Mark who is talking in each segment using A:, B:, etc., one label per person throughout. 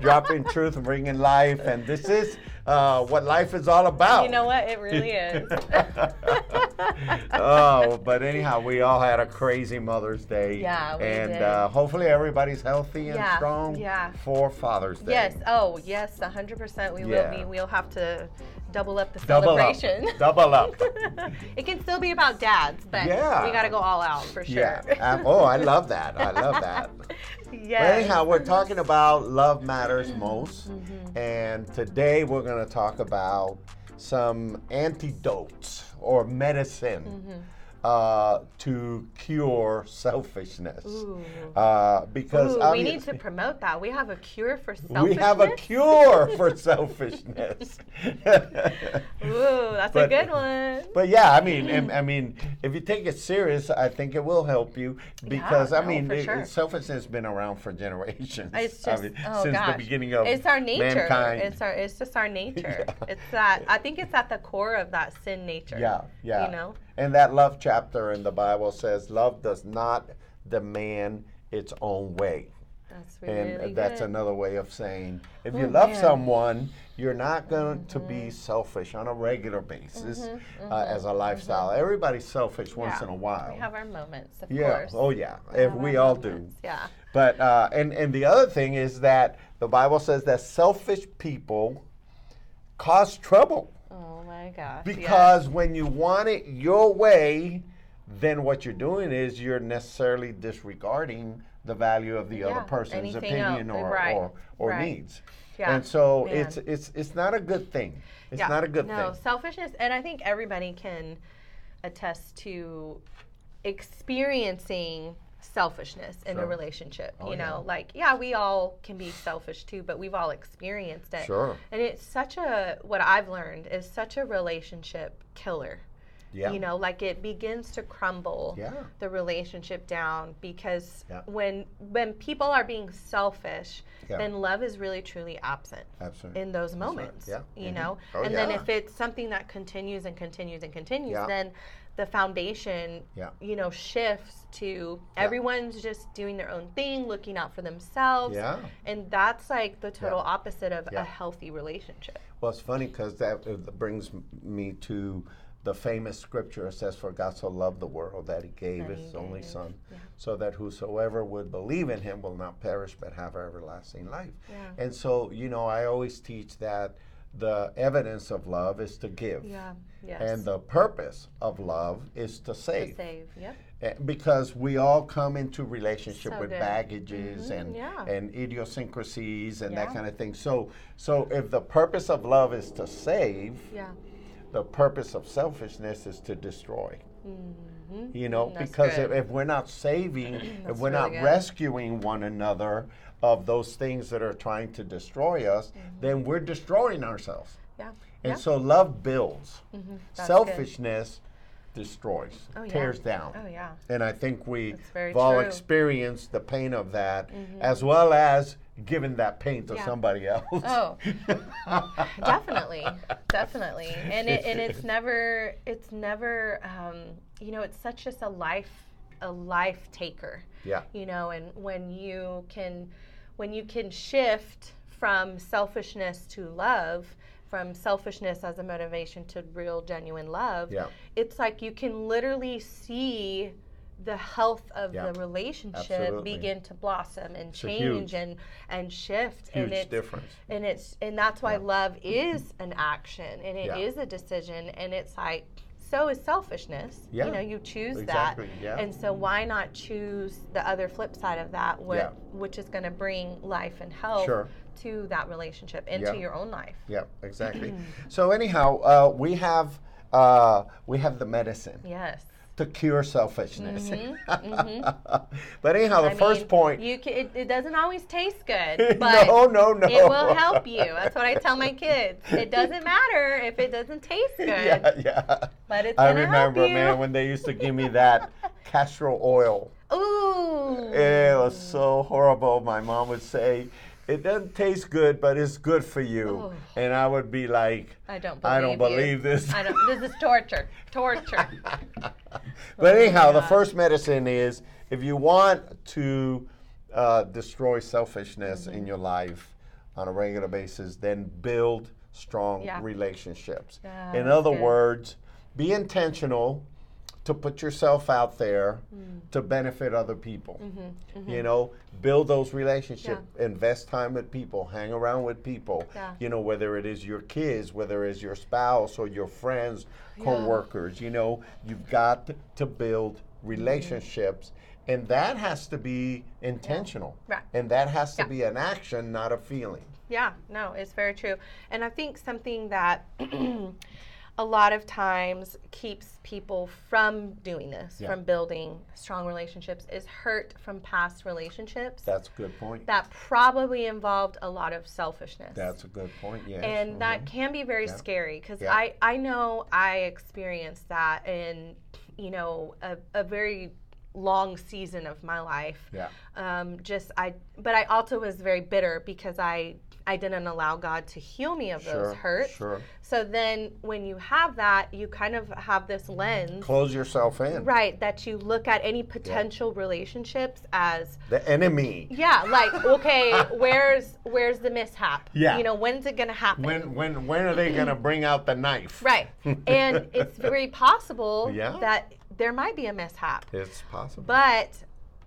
A: dropping truth and bringing life. And this is uh, what life is all about.
B: You know what? It really is.
A: oh, but anyhow, we all had a crazy Mother's Day.
B: Yeah, we
A: And
B: did.
A: Uh, hopefully everybody's healthy and
B: Yeah,
A: strong
B: yeah.
A: for Father's Day.
B: Yes. Oh, yes. 100%. We
A: Yeah.
B: will be. We'll have to double up the
A: Double up.
B: celebration.
A: Double up.
B: it can still be about dads, but
A: Yeah.
B: we got to go all out for sure.
A: Yeah. Um, oh, I love that. I love that. But
B: yes. Mm-hmm.
A: anyhow, we're talking about love matters most. And today we're going to talk about some antidotes or medicine
B: Mm-hmm.
A: uh, to cure selfishness.
B: Ooh.
A: Uh, because
B: Ooh, we
A: obvi-
B: need to promote that. We have a cure for
A: we
B: selfishness.
A: have a cure for selfishness.
B: Ooh, that's
A: but-
B: a good one.
A: But yeah, I mean,
B: Mm.
A: and- I mean, if you take it serious, I think it will help you because I
B: no,
A: mean,
B: for
A: it-
B: sure.
A: selfishness has been around for generations.
B: It's just
A: I mean,
B: oh
A: since
B: gosh.
A: the beginning of
B: it's our nature.
A: mankind.
B: It's our it's just our nature.
A: Yeah.
B: It's that I think it's at the core of that sin nature.
A: yeah, yeah.
B: You know?
A: And that love chapter in the Bible says love does not demand its own way.
B: That's
A: And
B: really
A: that's
B: good.
A: another way of saying if you
B: Oh,
A: love
B: man. Mm-hmm.
A: someone, you're not going to be selfish on a regular basis uh, as a lifestyle. Everybody's selfish once
B: Yeah.
A: in a while.
B: we have our moments, of
A: yeah.
B: course.
A: Oh, yeah. If
B: Have
A: we
B: our
A: all do.
B: moments, Yeah.
A: But uh, and and the other thing is that the Bible says that selfish people cause trouble
B: Oh my gosh. yes.
A: because when you want it your way, then what you're doing is you're necessarily disregarding the value of the other
B: Yeah,
A: person's
B: anything else,
A: opinion or,
B: right,
A: or or
B: right.
A: needs.
B: Yeah,
A: And so
B: man.
A: it's it's it's not a good thing. It's
B: Yeah.
A: not a good
B: no,
A: thing.
B: selfishness, and I think everybody can attest to experiencing selfishness in
A: Sure.
B: a relationship.
A: Oh,
B: you know,
A: yeah.
B: like yeah, we all can be selfish too, but we've all experienced it.
A: Sure.
B: And it's such a what I've learned is such a relationship killer.
A: Yeah.
B: You know, like it begins to crumble
A: Yeah.
B: the relationship down because
A: Yeah.
B: when when people are being selfish,
A: Yeah.
B: then love is really truly absent
A: Absolutely.
B: in
A: That's
B: those
A: right.
B: moments.
A: Yeah.
B: You
A: Mhm.
B: know?
A: Oh,
B: and then
A: yeah.
B: if it's something that continues and continues and continues,
A: Yeah.
B: then the foundation,
A: Yeah.
B: you know, shifts to everyone's just doing their own thing, looking out for themselves.
A: Yeah.
B: And that's like the total opposite of
A: Yeah.
B: a healthy relationship.
A: Well, it's funny because that uh, brings m- me to the famous scripture it says, For God so loved the world that he gave
B: That he
A: his only
B: gave,
A: Son,
B: yeah.
A: so that whosoever would believe in him will not perish but have everlasting life.
B: Yeah.
A: And so, you know, I always teach that the evidence of love is to give.
B: Yeah. Yes.
A: And the purpose of love is to
B: To
A: save,
B: save. Yep.
A: Eh, because we all come into relationship
B: So
A: with
B: good.
A: baggages
B: Mhm,
A: and
B: yeah.
A: and idiosyncrasies and that
B: Yeah.
A: kind of thing. So, so if the purpose of love is to save,
B: Yeah.
A: the purpose of selfishness is to destroy. You know,
B: Mm-hmm. That's
A: because if,
B: good.
A: if we're not saving, if
B: That's
A: we're not
B: really good.
A: rescuing one another of those things that are trying to destroy us, then we're destroying ourselves.
B: Yeah.
A: And
B: Mm-hmm. Yeah. Mm-hmm.
A: so love builds,
B: That's good.
A: selfishness destroys,
B: Oh, yeah.
A: tears down.
B: Oh yeah.
A: And I think we've
B: That's very
A: all
B: true. Mm-hmm.
A: experienced the pain of that, as well as giving that pain to
B: Yeah.
A: somebody else.
B: Oh, definitely, definitely, and it, and it's never it's never um, you know it's such just a life a life taker
A: yeah.
B: you know and when you can when you can shift from selfishness to love from selfishness as a motivation to real genuine love
A: Yeah.
B: it's like you can literally see the health of
A: Yeah.
B: the relationship
A: Absolutely.
B: begin to blossom and
A: a
B: change
A: huge-
B: and and shift
A: Huge
B: and it's
A: difference.
B: and it's and that's why love is an action and it is
A: Yeah.
B: a decision and it's like so is selfishness
A: Yeah.
B: you know you choose
A: Exactly,
B: that
A: yeah.
B: and so why not choose the other flip side of that what,
A: Yeah.
B: which is going to bring life and health
A: Sure.
B: to that relationship and to
A: Yeah.
B: your own life
A: Yeah, exactly. so anyhow, uh, we have uh, we have the medicine
B: yes
A: to cure selfishness. but anyhow, the
B: Mm-hmm, I
A: first
B: mean,
A: point.
B: you can, it, it doesn't always taste good but
A: no, no, no.
B: it will help you that's what i tell my kids it doesn't matter if it doesn't taste good
A: yeah, yeah.
B: but it's
A: I
B: gonna
A: remember,
B: help you.
A: man, when they used to give me that castor oil.
B: ooh
A: It was so horrible. My mom would say, "It doesn't taste good, but it's good for you,"
B: Oh.
A: and I would be like,
B: I don't believe
A: "I don't
B: you.
A: believe this."
B: I don't. This is torture. Torture.
A: But anyhow, the
B: Oh God.
A: first medicine is
B: Mm-hmm.
A: if you want to uh, destroy selfishness in your life, on a regular basis, then build strong
B: Yeah.
A: relationships.
B: Yeah,
A: In
B: that's
A: other
B: good.
A: words, be intentional to put yourself out there
B: Mm.
A: to benefit other people.
B: Mm-hmm,
A: You know, build those relationships, invest time with people, hang around with people.
B: Yeah.
A: You know, whether it is your kids, whether it is your spouse or your friends, coworkers, you know, you've got to build
B: Mm-hmm.
A: relationships and that has to be intentional.
B: Right.
A: And that has to
B: Yeah.
A: be an action, not a feeling.
B: Yeah, no, it's very true. And I think something that a lot of times keeps people from doing this,
A: Yeah.
B: from building strong relationships, is hurt from past relationships
A: That's a good point.
B: that probably involved a lot of selfishness.
A: That's a good point. Yes.
B: and
A: mhm.
B: that can be very scary because
A: Yeah.
B: I, I know I experienced that in, you know, a, a very long season of my life
A: yeah.
B: um, just I, but I also was very bitter because I I didn't allow God to heal me of
A: Sure,
B: those hurts.
A: sure.
B: So then, when you have that, you kind of have this lens,
A: Close yourself in.
B: right? That you look at any potential relationships as,
A: The enemy.
B: yeah, like okay, where's where's the mishap?
A: Yeah.
B: you know, when's it gonna happen?
A: When when when are they gonna bring out the knife?
B: right, and it's very possible
A: Yeah.
B: that there might be a mishap.
A: It's possible.
B: But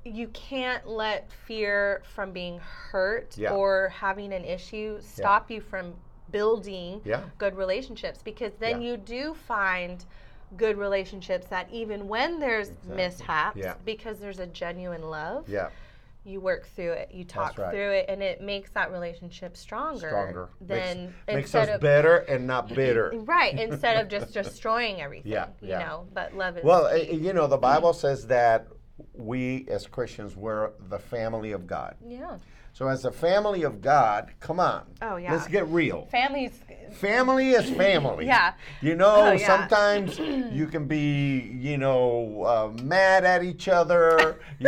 B: you can't let fear from being hurt
A: Yeah.
B: or having an issue stop you from building
A: Yeah.
B: good relationships because then
A: Yeah.
B: you do find good relationships that even when there's mishaps
A: Yeah.
B: because there's a genuine love
A: yeah.
B: you work through it you talk
A: right.
B: through it and it makes that relationship stronger
A: Stronger.
B: than
A: makes, makes
B: instead
A: us
B: of
A: better and not bitter.
B: right instead of just destroying everything
A: Yeah,
B: you
A: yeah.
B: know but love is
A: Well, uh, you know, the Bible says that we as Christians we're the family of God.
B: yeah
A: So as the family of God, come on.
B: Oh, yeah.
A: Let's get real.
B: families
A: family is family.
B: Yeah.
A: You know,
B: Oh, yeah.
A: sometimes you can be, you know, uh, mad at each other,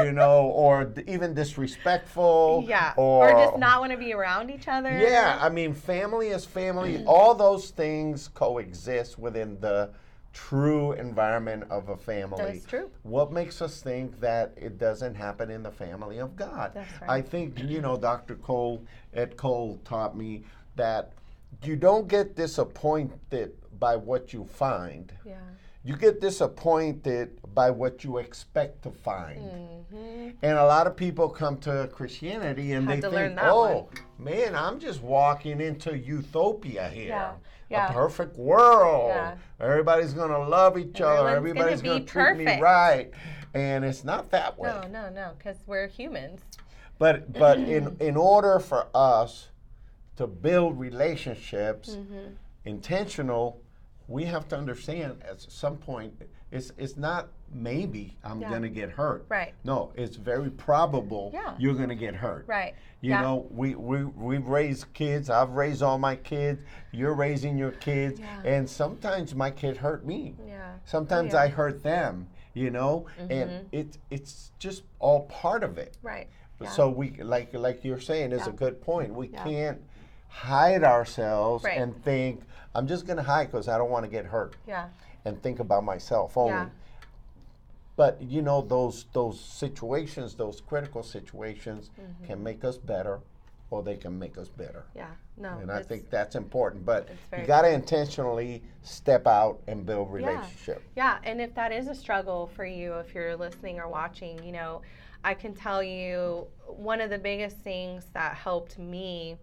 A: you know, or d- even disrespectful.
B: Yeah. Or,
A: Or,
B: just not want to be around each other. Mm.
A: Yeah, I mean, family is family. All those things coexist within the true environment of a family.
B: That's true.
A: What makes us think that it doesn't happen in the family of God?
B: That's right.
A: I think, you know, Dr. Cole, Ed Cole taught me that you don't get disappointed by what you find.
B: Yeah.
A: You get disappointed by what you expect to find. And a lot of people come to Christianity and
B: Mm-hmm. Had
A: they
B: to learn
A: think,
B: that
A: oh, man, I'm just walking into utopia here.
B: Yeah,
A: A
B: yeah.
A: perfect world.
B: Yeah.
A: Everybody's going to love each other.
B: Everyone's
A: Everybody's
B: gonna
A: going
B: be
A: to treat me
B: perfect.
A: right. And it's not that way.
B: No, no, no, because we're humans.
A: But but in in order for us to build relationships
B: Mm-hmm.
A: intentional, we have to understand at some point it's it's not maybe I'm
B: Yeah.
A: gonna get hurt.
B: Right.
A: No, it's very probable
B: Yeah.
A: you're gonna get hurt.
B: Right.
A: You
B: yeah.
A: know, we, we we raise kids. I've raised all my kids. You're raising your kids,
B: Yeah.
A: and sometimes my kid hurt me.
B: Yeah.
A: Sometimes
B: yeah. Mm-hmm.
A: I hurt them. You know, and it it's just all part of it.
B: Right. Yeah.
A: So we like like you're saying is a good point. We
B: Yeah.
A: can't hide ourselves
B: Right.
A: and think I'm just going to hide because I don't want to get hurt
B: yeah.
A: and think about myself only.
B: Yeah.
A: But you know those those situations, those critical situations,
B: Mm-hmm.
A: can make us better, or they can make us bitter.
B: Yeah. No.
A: And I
B: it's-
A: think that's important. But you
B: Oh, very
A: got to intentionally step out and build
B: Yeah.
A: relationship.
B: Yeah, and if that is a struggle for you, if you're listening or watching, you know, I can tell you one of the biggest things that helped me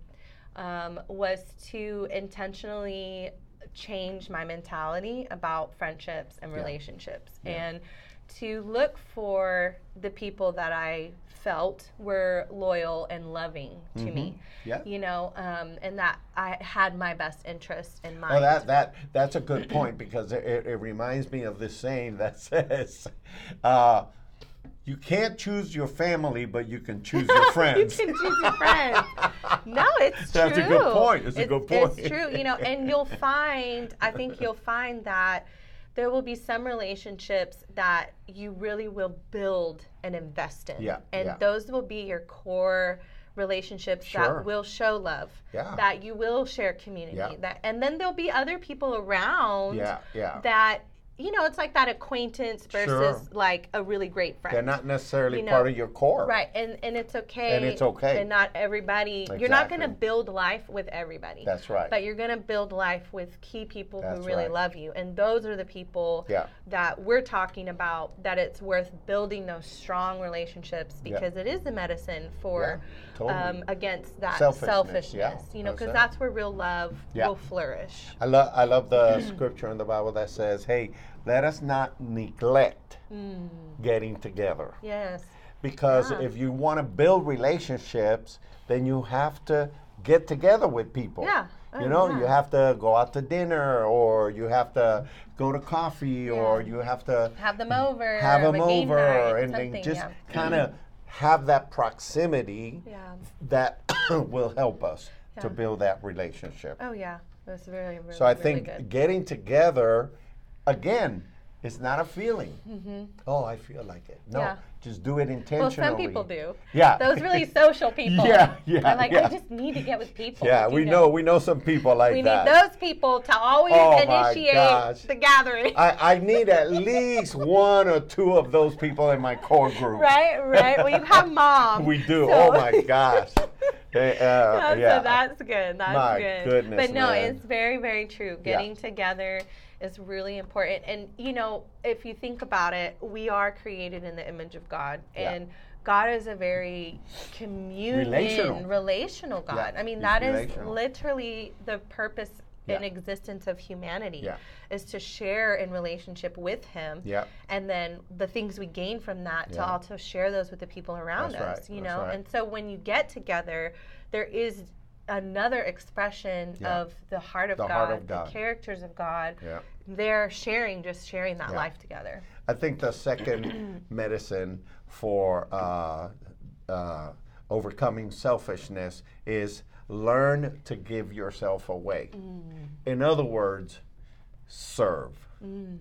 B: um, was to intentionally change my mentality about friendships and relationships and to look for the people that I felt were loyal and loving to me.
A: Yeah.
B: You know, um, and that I had my best interest in mind.
A: Oh, that that that's a good point because it, it, it reminds me of this saying that says, uh, "You can't choose your family, but you can choose your friends."
B: you can choose your friends. No, it's
A: That's
B: true.
A: a good point. It's a good
B: It's
A: point.
B: true, you know, and you'll find, I think you'll find that there will be some relationships that you really will build and invest in.
A: Yeah,
B: And
A: yeah.
B: those will be your core relationships
A: Sure.
B: that will show love.
A: Yeah.
B: That you will share community.
A: Yeah.
B: That and then there'll be other people around
A: Yeah, yeah.
B: that you know, it's like that acquaintance versus like a really great friend.
A: They're not necessarily
B: You know,
A: part of your core.
B: Right, and and it's okay.
A: And it's okay.
B: And not everybody. You're not going to
A: Exactly.
B: build life with everybody.
A: That's right.
B: But you're going to build life with key people
A: That's
B: who really
A: right.
B: love you, and those are the people
A: Yeah.
B: that we're talking about. That it's worth building those strong relationships
A: Yeah.
B: because it is the medicine for
A: Yeah, totally.
B: um, against that selfishness.
A: Selfishness, yeah,
B: you know,
A: that's
B: because
A: it.
B: that's where real love
A: Yeah.
B: will flourish.
A: I love I love the scripture in the Bible that says, "Hey, let us not neglect
B: Mm.
A: getting together."
B: Yes.
A: Because if you want to build relationships, then you have to get together with people.
B: Yeah. Oh,
A: you know,
B: yeah.
A: you have to go out to dinner or you have to go to coffee or
B: Yeah.
A: you have to
B: Have them over.
A: have
B: or
A: them
B: a game
A: over
B: night,
A: and then
B: something,
A: just
B: yeah.
A: kind of have that proximity
B: Yeah.
A: that will help us
B: Yeah.
A: to build that relationship.
B: Oh yeah, that's very really.
A: So I
B: really
A: think
B: good.
A: getting together, again, it's not a feeling. Oh, I feel like it. No,
B: Mm-hmm. Yeah.
A: just do it
B: Well,
A: intentionally.
B: some people do.
A: Yeah.
B: Those really social people.
A: Yeah, yeah,
B: They're like, I
A: yeah.
B: just need to get with people.
A: Yeah,
B: you
A: we know. we know some people like
B: We
A: that.
B: need those people to always
A: Oh, my
B: initiate
A: gosh.
B: the gathering.
A: I, I need at least one or two of those people in my core group.
B: right, right. Well, you have mom.
A: We do.
B: so-
A: Oh my gosh. They, uh,
B: so
A: yeah.
B: that's good. That's
A: My
B: good.
A: goodness,
B: but no,
A: man.
B: it's very, very true. Getting together is really important. And you know, if you think about it, we are created in the image of God,
A: Yeah.
B: and God is a very communion
A: Relational.
B: relational God. I mean,
A: he's
B: that is
A: relational.
B: literally the purpose. and
A: Yeah.
B: existence of humanity
A: Yeah.
B: is to share in relationship with him
A: Yeah.
B: and then the things we gain from that to
A: Yeah.
B: also share those with the people around
A: That's
B: us
A: right,
B: you
A: that's
B: know
A: right.
B: and so when you get together there is another expression
A: Yeah.
B: of the heart of
A: The
B: god
A: heart of
B: the
A: God.
B: characters of god
A: yeah.
B: they're sharing just sharing that
A: Yeah.
B: life together
A: I think the second medicine for uh, uh, overcoming selfishness is learn to give yourself away.
B: Mm.
A: In other words, serve.
B: Mm. Mm-hmm.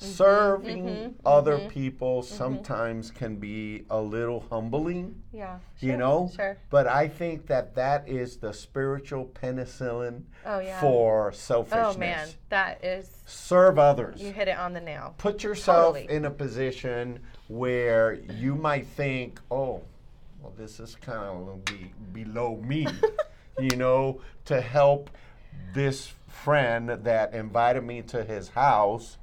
A: Serving other people sometimes can be a little humbling,
B: yeah
A: you
B: sure,
A: know?
B: sure
A: But I think that that is the spiritual penicillin
B: Oh, yeah.
A: for
B: oh
A: selfishness.
B: man that is
A: Serve others
B: you hit it on the nail
A: put yourself
B: Totally.
A: in a position where you might think, oh, well, this is kind of be below me, you know, to help this friend that invited me to his house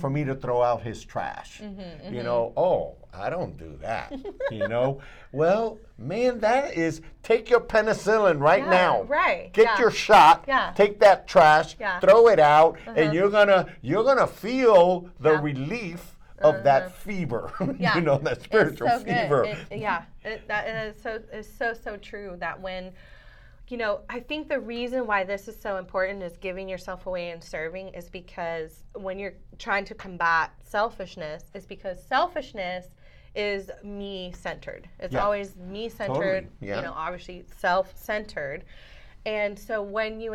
A: for
B: Mm.
A: me to throw out his trash.
B: Mm-hmm,
A: You know, oh, I don't do that, you know. Well, man, that is take your penicillin right
B: Yeah,
A: now.
B: right,
A: Get
B: yeah.
A: your shot.
B: Yeah.
A: Take that trash,
B: Yeah. Uh-huh.
A: throw it out, and you're gonna you're gonna feel the
B: Yeah. Uh-huh.
A: relief of that fever.
B: Yeah.
A: you know, that spiritual
B: it's so
A: fever.
B: Good. It- yeah, it, that is so is so so true that when you know, I think the reason why this is so important is giving yourself away and serving is because when you're trying to combat selfishness, is because selfishness is me centered. It's
A: Yeah.
B: always me centered,
A: Totally, yeah.
B: you know, obviously self centered. And so when you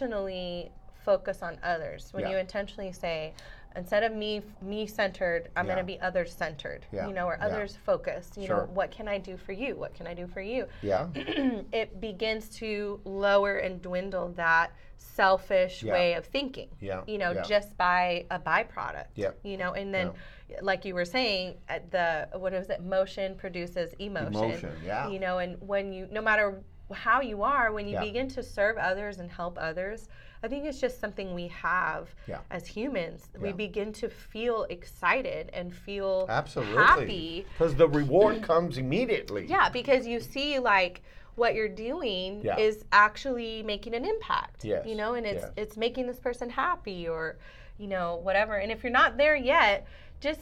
B: intentionally focus on others, when
A: Yeah.
B: you intentionally say, instead of me me centered, I'm
A: Yeah.
B: going to be others centered,
A: Yeah,
B: you know, or
A: yeah.
B: others focused, you know,
A: Sure.
B: what can I do for you? What can I do for you?
A: yeah.
B: it begins to lower and dwindle that selfish
A: Yeah.
B: way of thinking.
A: Yeah,
B: You know,
A: yeah.
B: just by a byproduct.
A: Yep.
B: You know, and then like you were saying, at the what is it? Motion produces emotion.
A: Emotion, yeah.
B: You know, and when you no matter how you are, when you
A: Yeah.
B: begin to serve others and help others, I think it's just something we have
A: Yeah.
B: as humans. We
A: Yeah.
B: begin to feel excited and feel happy
A: Absolutely. Because the reward comes immediately.
B: yeah, because you see like what you're doing
A: Yeah.
B: is actually making an impact.
A: Yes,
B: You know, and it's
A: yes.
B: it's making this person happy or, you know, whatever. And if you're not there yet, just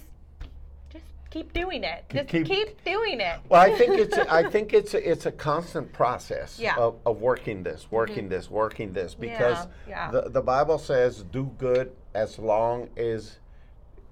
B: just keep doing it. Just keep,
A: keep-
B: doing it.
A: Well, I think it's I think it's a, it's a constant process
B: Yeah. Mm-hmm.
A: of, of working this, working this, working this, because
B: yeah.
A: the the Bible says do good as long as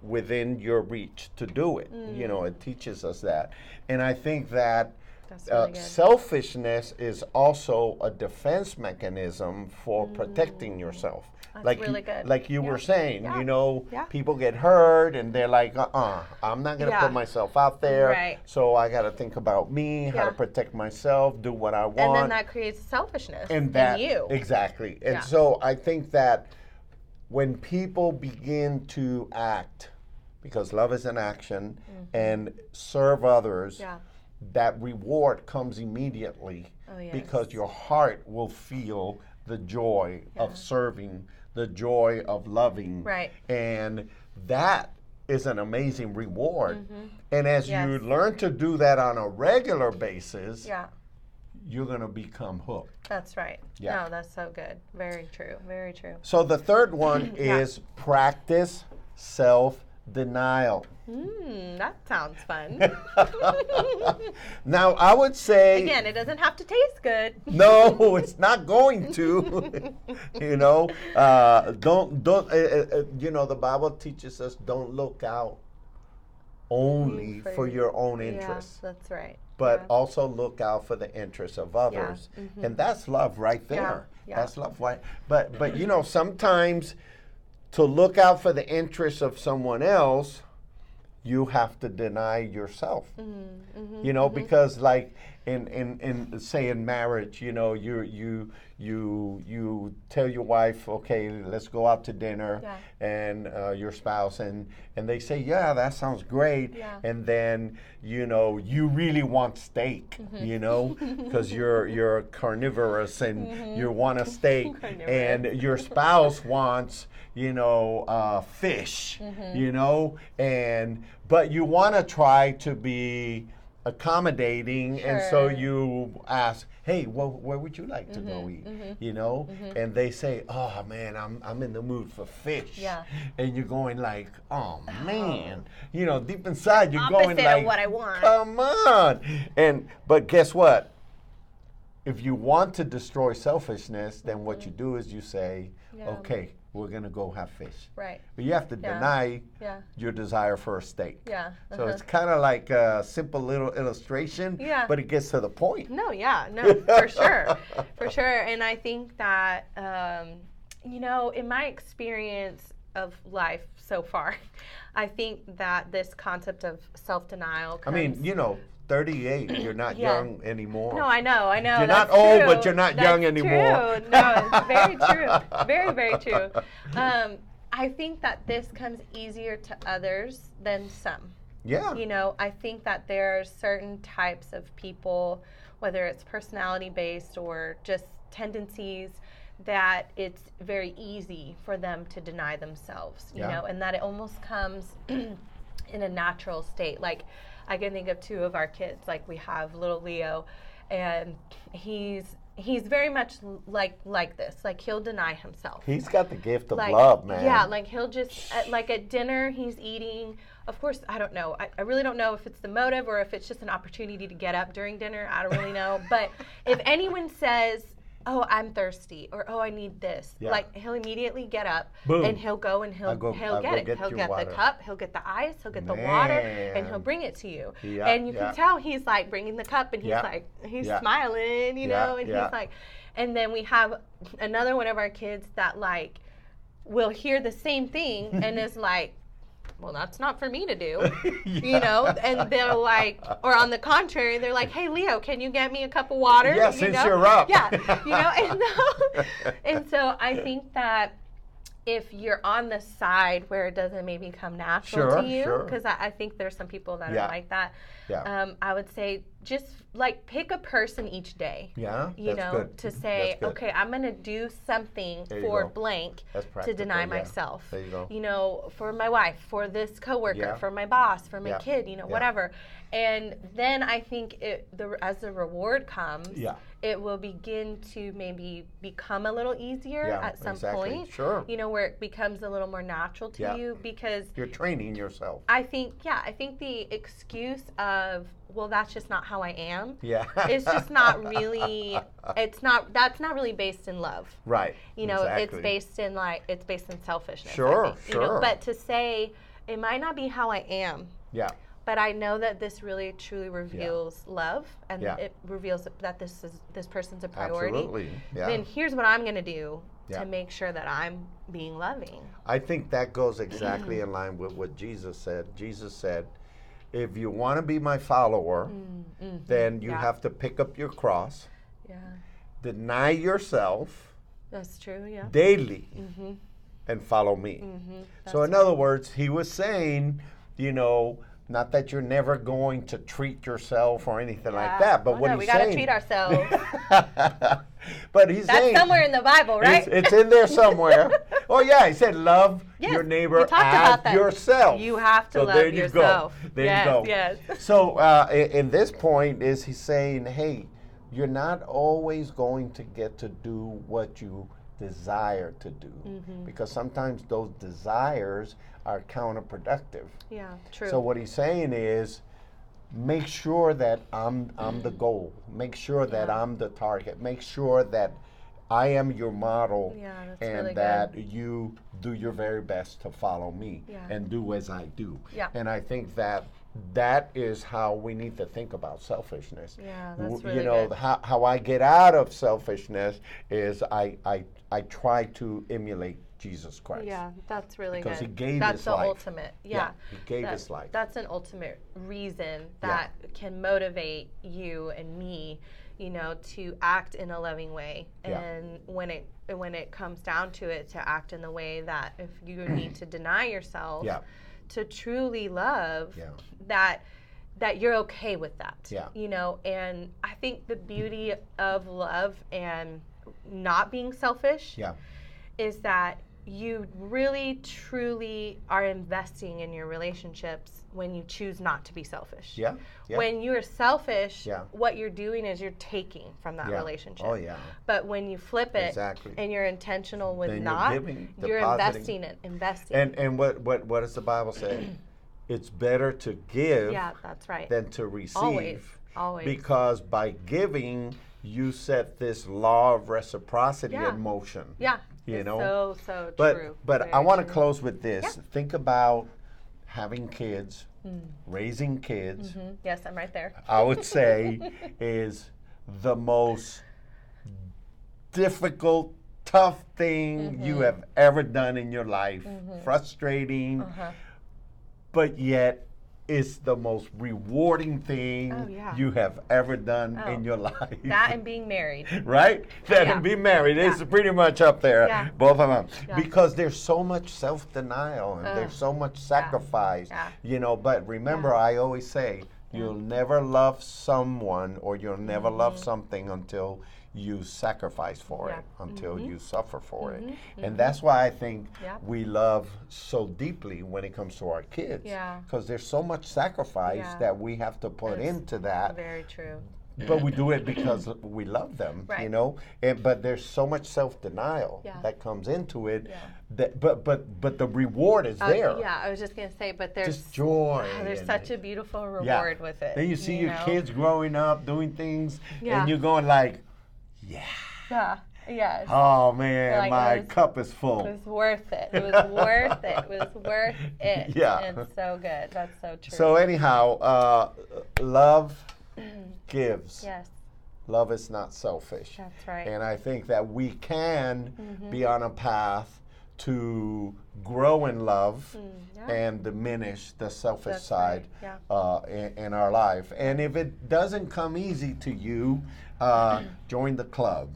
A: within your reach to do it. You know, it teaches us that, and I think that.
B: Mm. That's really
A: uh,
B: good.
A: selfishness is also a defense mechanism for protecting yourself. That's like
B: Mm. really
A: you,
B: good.
A: Like you were saying,
B: Yeah.
A: you know,
B: Yeah.
A: people get hurt and they're like, uh-uh, I'm not going to
B: Yeah.
A: put myself out there.
B: Right.
A: So I got to think about me, how
B: Yeah.
A: to protect myself, do what I want,
B: And then that creates selfishness
A: and that
B: in you.
A: exactly. And
B: Yeah.
A: so I think that when people begin to act, because love is an action, and serve others,
B: Mm-hmm. Yeah.
A: that reward comes immediately
B: Oh, yes.
A: because your heart will feel the joy of serving, the joy of loving.
B: Right.
A: And that is an amazing reward. And as you
B: Mm-hmm. Yes.
A: learn to do that on a regular basis,
B: Yeah.
A: you're going to become hooked.
B: That's right.
A: Yeah.
B: No, that's so good. Very true. Very true.
A: So the third one
B: Yeah.
A: is practice self denial.
B: Hmm, that sounds fun.
A: Now I would say
B: Again, it doesn't have to taste good.
A: no, it's not going to. you know, uh, don't don't. Uh, uh, uh, you know, the Bible teaches us don't look out only
B: For
A: for your own
B: Yeah,
A: interests,
B: that's right.
A: but
B: yeah. Mm-hmm.
A: also look out for the interests of others, and that's love right there.
B: yeah.
A: That's love right. But but you know, sometimes to look out for the interests of someone else, you have to deny yourself
B: Mm-hmm.
A: you know because like in, in in say in marriage you know you you you you tell your wife okay let's go out to dinner
B: Yeah.
A: and uh, your spouse and and they say yeah that sounds great
B: Yeah.
A: and then you know you really want steak
B: Mm-hmm.
A: you know because you're you're carnivorous and
B: Mm-hmm.
A: you want a steak and your spouse wants you know uh, fish
B: Mm-hmm.
A: you know and but you want to try to be accommodating and so
B: Sure.
A: you ask hey well, where would you like to go
B: Mm-hmm,
A: eat you know and they say oh man I'm, I'm in the mood for fish
B: Yeah.
A: and you're going like oh man you know deep inside you're going
B: Opposite of
A: like
B: what I want.
A: come on and but guess what if you want to destroy selfishness then what you do is you say
B: Mm-hmm. Yeah.
A: okay we're going to go have fish
B: Right.
A: but you have to
B: Yeah.
A: deny
B: Yeah.
A: your desire for a steak
B: Yeah.
A: so
B: uh-huh.
A: it's kind of like a simple little illustration,
B: Yeah.
A: but it gets to the point.
B: No, yeah, no, for sure, for sure. And I think that, um, you know, in my experience of life so far, I think that this concept of self denial.
A: I mean, you know, 38, you're not
B: Yeah.
A: young anymore.
B: no, I know, I know.
A: You're not
B: that's
A: old, but
B: true.
A: you're not
B: That's
A: young anymore.
B: True. No, it's very true. Very, very true. Um, I think that this comes easier to others than some.
A: yeah.
B: you know, I think that there are certain types of people, whether it's personality based or just tendencies, that it's very easy for them to deny themselves, you
A: Yeah.
B: know, and that it almost comes in a natural state. Like, I can think of two of our kids, like, we have little Leo, and he's. He's very much l- like like this. Like he'll deny himself
A: He's got the gift of
B: like
A: love, man.
B: yeah like he'll just at, like at dinner he's eating of course i don't know I, I really don't know if it's the motive or if it's just an opportunity to get up during dinner i don't really know but if anyone says oh i'm thirsty or oh i need this
A: Yeah.
B: like he'll immediately get up
A: Boom.
B: and he'll go and he'll
A: I'll go-
B: he'll
A: I'll
B: get
A: go
B: it
A: get
B: he'll
A: you
B: get
A: water.
B: the cup he'll get the ice he'll get the water and he'll
A: Man.
B: bring it to you
A: Yeah,
B: and you
A: yeah.
B: can tell he's like bringing the cup and he's
A: Yeah,
B: like he's
A: yeah.
B: smiling you
A: Yeah,
B: know and
A: yeah.
B: he's like and then we have another one of our kids that like will hear the same thing and is like, well, that's not for me to do, you know? And they're like, or on the contrary, they're like, hey, Leo, can you get me a cup of water?
A: Yeah,
B: You
A: since
B: know?
A: you're up.
B: Yeah, you know? And, so- and so I think that if you're on the side where it doesn't maybe come natural
A: Sure,
B: to you,
A: sure.
B: because I, I think there's some people that
A: Yeah.
B: are like that,
A: Yeah.
B: um, I would say just like pick a person each day
A: yeah.
B: you
A: that's
B: know,
A: good.
B: to say,
A: That's good.
B: okay, I'm going to do something
A: There you
B: for
A: go.
B: blank
A: That's
B: to
A: practical,
B: deny
A: yeah.
B: myself.
A: There you go.
B: know, for my wife, for this coworker,
A: Yeah.
B: for my boss, for my
A: Yeah.
B: kid, you know,
A: Yeah.
B: whatever. And then I think it, the, as the reward comes,
A: Yeah.
B: it will begin to maybe become a little easier
A: Yeah,
B: at some
A: exactly.
B: point.
A: Sure.
B: You know, where it becomes a little more natural to
A: Yeah.
B: you because
A: You're training yourself.
B: I think, yeah, I think the excuse of, well, that's just not how I am
A: Yeah.
B: it's just not really it's not that's not really based in love
A: right.
B: you know
A: exactly.
B: it's based in like it's based in selfishness I
A: Sure,
B: think, you know?
A: sure.
B: but to say it might not be how i am
A: Yeah.
B: but i know that this really truly reveals love and
A: Yeah.
B: it reveals that this is this person's a priority
A: Absolutely. Yeah.
B: then here's what i'm going to do
A: Yeah.
B: to make sure that i'm being loving
A: I think that goes exactly in line with what Jesus said. Jesus said, if you want to be my follower, then you
B: Mm, mm-hmm. yeah.
A: have to pick up your cross,
B: yeah
A: deny yourself
B: that's true yeah
A: daily, and follow me.
B: Mm-hmm.
A: So, in other words, he was saying, you know, not that you're never going to treat yourself or anything
B: Yeah.
A: like that, but
B: Oh,
A: what
B: no,
A: he's
B: we
A: saying.
B: gotta treat ourselves.
A: but he's
B: That's
A: saying
B: somewhere in the Bible, right?
A: it's, it's in there somewhere. oh yeah, he said love
B: Yes,
A: your neighbor
B: we talked
A: as
B: about that.
A: yourself.
B: You have to
A: so
B: love
A: there you
B: yourself.
A: Go. There
B: Yes,
A: you go.
B: yes.
A: So uh, i- in this point is he saying, hey, you're not always going to get to do what you desire to do
B: Mm-hmm.
A: because sometimes those desires are counterproductive.
B: yeah, true.
A: So what he's saying is, make sure that I'm I'm the goal. Make sure that I'm the target. Make sure that I am your model,
B: Yeah, that's
A: and
B: really good.
A: that you do your very best to follow me
B: Yeah.
A: and do as I do.
B: Yeah.
A: And I think that that is how we need to think about selfishness.
B: Yeah,
A: W-
B: that's
A: you
B: really
A: know
B: good.
A: how how I get out of selfishness is I I I try to emulate Jesus Christ.
B: yeah, that's really
A: Because he
B: good.
A: gave
B: that's
A: his
B: the
A: life.
B: ultimate. Yeah.
A: he gave
B: That-
A: his life.
B: That's an ultimate reason that can motivate you and me, you know, to act in a loving way.
A: Yeah.
B: And when it when it comes down to it, to act in the way that if you need to deny yourself,
A: Yeah.
B: to truly love,
A: Yeah.
B: that that you're okay with that.
A: Yeah.
B: You know, and I think the beauty of love and not being selfish
A: Yeah.
B: is that you really truly are investing in your relationships when you choose not to be selfish.
A: Yeah. Yeah.
B: When you are selfish,
A: Yeah.
B: what you're doing is you're taking from that
A: Yeah.
B: relationship.
A: Oh yeah.
B: But when you flip it
A: Exactly.
B: and you're intentional with
A: Then you're
B: not,
A: giving,
B: you're
A: depositing.
B: investing it, investing.
A: And and what what what does the Bible say? it's better to give
B: yeah, that's right.
A: than to receive.
B: Always, always.
A: Because by giving, you set this law of reciprocity
B: Yeah.
A: in motion.
B: yeah.
A: you
B: it's
A: know,
B: So so
A: But
B: true.
A: but I
B: Very
A: want to
B: true.
A: close with this. Think about having kids,
B: Hmm.
A: raising kids.
B: Mhm. Yes, I'm right there.
A: I would say is the most difficult, tough thing
B: Mm-hmm.
A: you have ever done in your life. Frustrating,
B: Uh-huh.
A: but yet it's the most rewarding thing
B: Oh, yeah.
A: you have ever done
B: Oh.
A: in your life.
B: That and being married.
A: right? That
B: Yeah.
A: and be married. It's
B: Yeah.
A: pretty much up there,
B: Yeah.
A: both of them.
B: Yeah.
A: Because there's so much self denial and
B: Ugh.
A: there's so much sacrifice,
B: Yeah.
A: you know. But remember, I always say, you'll never love someone or you'll never love
B: Mm-hmm.
A: something until you sacrifice for
B: Yeah. Mm-hmm.
A: it, until you suffer for it. And that's why I think
B: Yeah.
A: we love so deeply when it comes to our kids.
B: Yeah.
A: Because there's so much sacrifice
B: Yeah.
A: that we have to put
B: It's
A: into that
B: Very true.
A: but we do it because we love them, you
B: Right.
A: know. And but there's so much self denial
B: Yeah.
A: that comes into it.
B: Yeah.
A: That but but but the reward is
B: Uh,
A: there.
B: yeah, I was just gonna say, but there's
A: Just joy.
B: Oh, there's
A: and-
B: such a beautiful reward
A: yeah.
B: with it.
A: Then you see your
B: know?
A: kids growing up doing things,
B: Yeah.
A: and you're going like,
B: Yeah. Yes.
A: "Oh man,
B: like, it
A: my
B: was-
A: cup is
B: It
A: full."
B: was worth it. It was worth it. It was worth it.
A: Yeah.
B: It's so good. That's so true.
A: So anyhow, uh, love gives.
B: yes,
A: Love is not selfish.
B: Mm. that's right. Mm-hmm.
A: And I think that we can be on a path to grow in love
B: Mm, yeah.
A: and diminish the selfish
B: That's
A: side
B: right,
A: uh, in, in our life. And if it doesn't come easy to you, uh, join the club.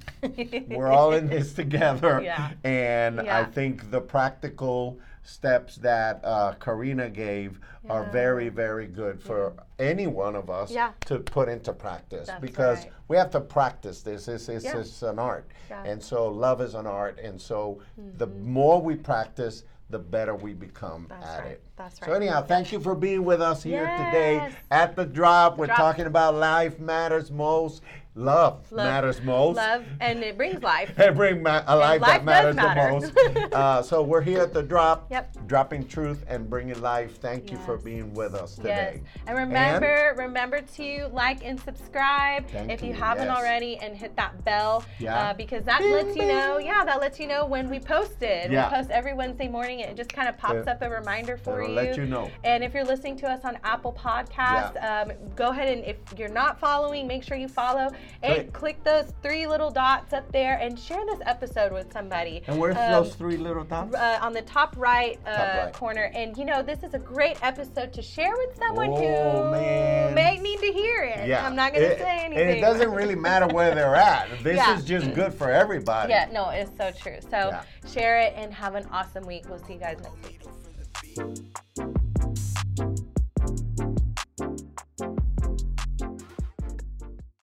A: We're all in this together.
B: Yeah.
A: And I
B: Yeah.
A: think the practical steps that uh, Karina gave are very, very good for any one of us
B: Yeah.
A: to put into practice
B: That's
A: because
B: right.
A: we have to practice this. It's, it's,
B: Yeah.
A: it's an art.
B: Yeah. Mm-hmm.
A: And so love is an art. And so the more we practice, the better we become
B: That's
A: at
B: right.
A: it.
B: That's
A: So
B: right.
A: anyhow, thank you for being with us here today
B: Yes.
A: at the drop. We're
B: Drop.
A: talking about life matters most. Love,
B: Love-
A: matters most.
B: Love and it brings life.
A: And bring ma- a life, that
B: life
A: matters
B: does
A: the
B: matter.
A: most. uh, so we're here at the drop,
B: Yep.
A: dropping truth and bringing life. Thank you for
B: Yes.
A: being with us
B: Yes.
A: today.
B: And remember, remember to like and subscribe
A: Thank
B: if you,
A: you,
B: haven't
A: yes.
B: already and hit that bell.
A: Yeah.
B: Uh, because that
A: Bing,
B: lets you know,
A: bing.
B: yeah, that lets you know when we posted.
A: Yeah.
B: We post every Wednesday morning and it just kind of pops
A: It-
B: up a reminder for
A: it'll
B: you.
A: let you know.
B: And if you're listening to us on Apple Podcasts, um, go ahead and if you're not following, make sure you follow and
A: Great.
B: click those three little dots up there and share this episode with somebody.
A: And where's
B: Um,
A: those three little dots?
B: uh, on the top right, uh,
A: Top right.
B: corner. And you know, this is a great episode to share with someone
A: Oh,
B: who
A: man.
B: may need to hear it. I'm not gonna say anything.
A: And it doesn't really matter where they're at. This
B: Yeah.
A: is just good for everybody.
B: Yeah, no, it's so true. So
A: Yeah.
B: share it and have an awesome week. We'll see you guys next week.
C: beat.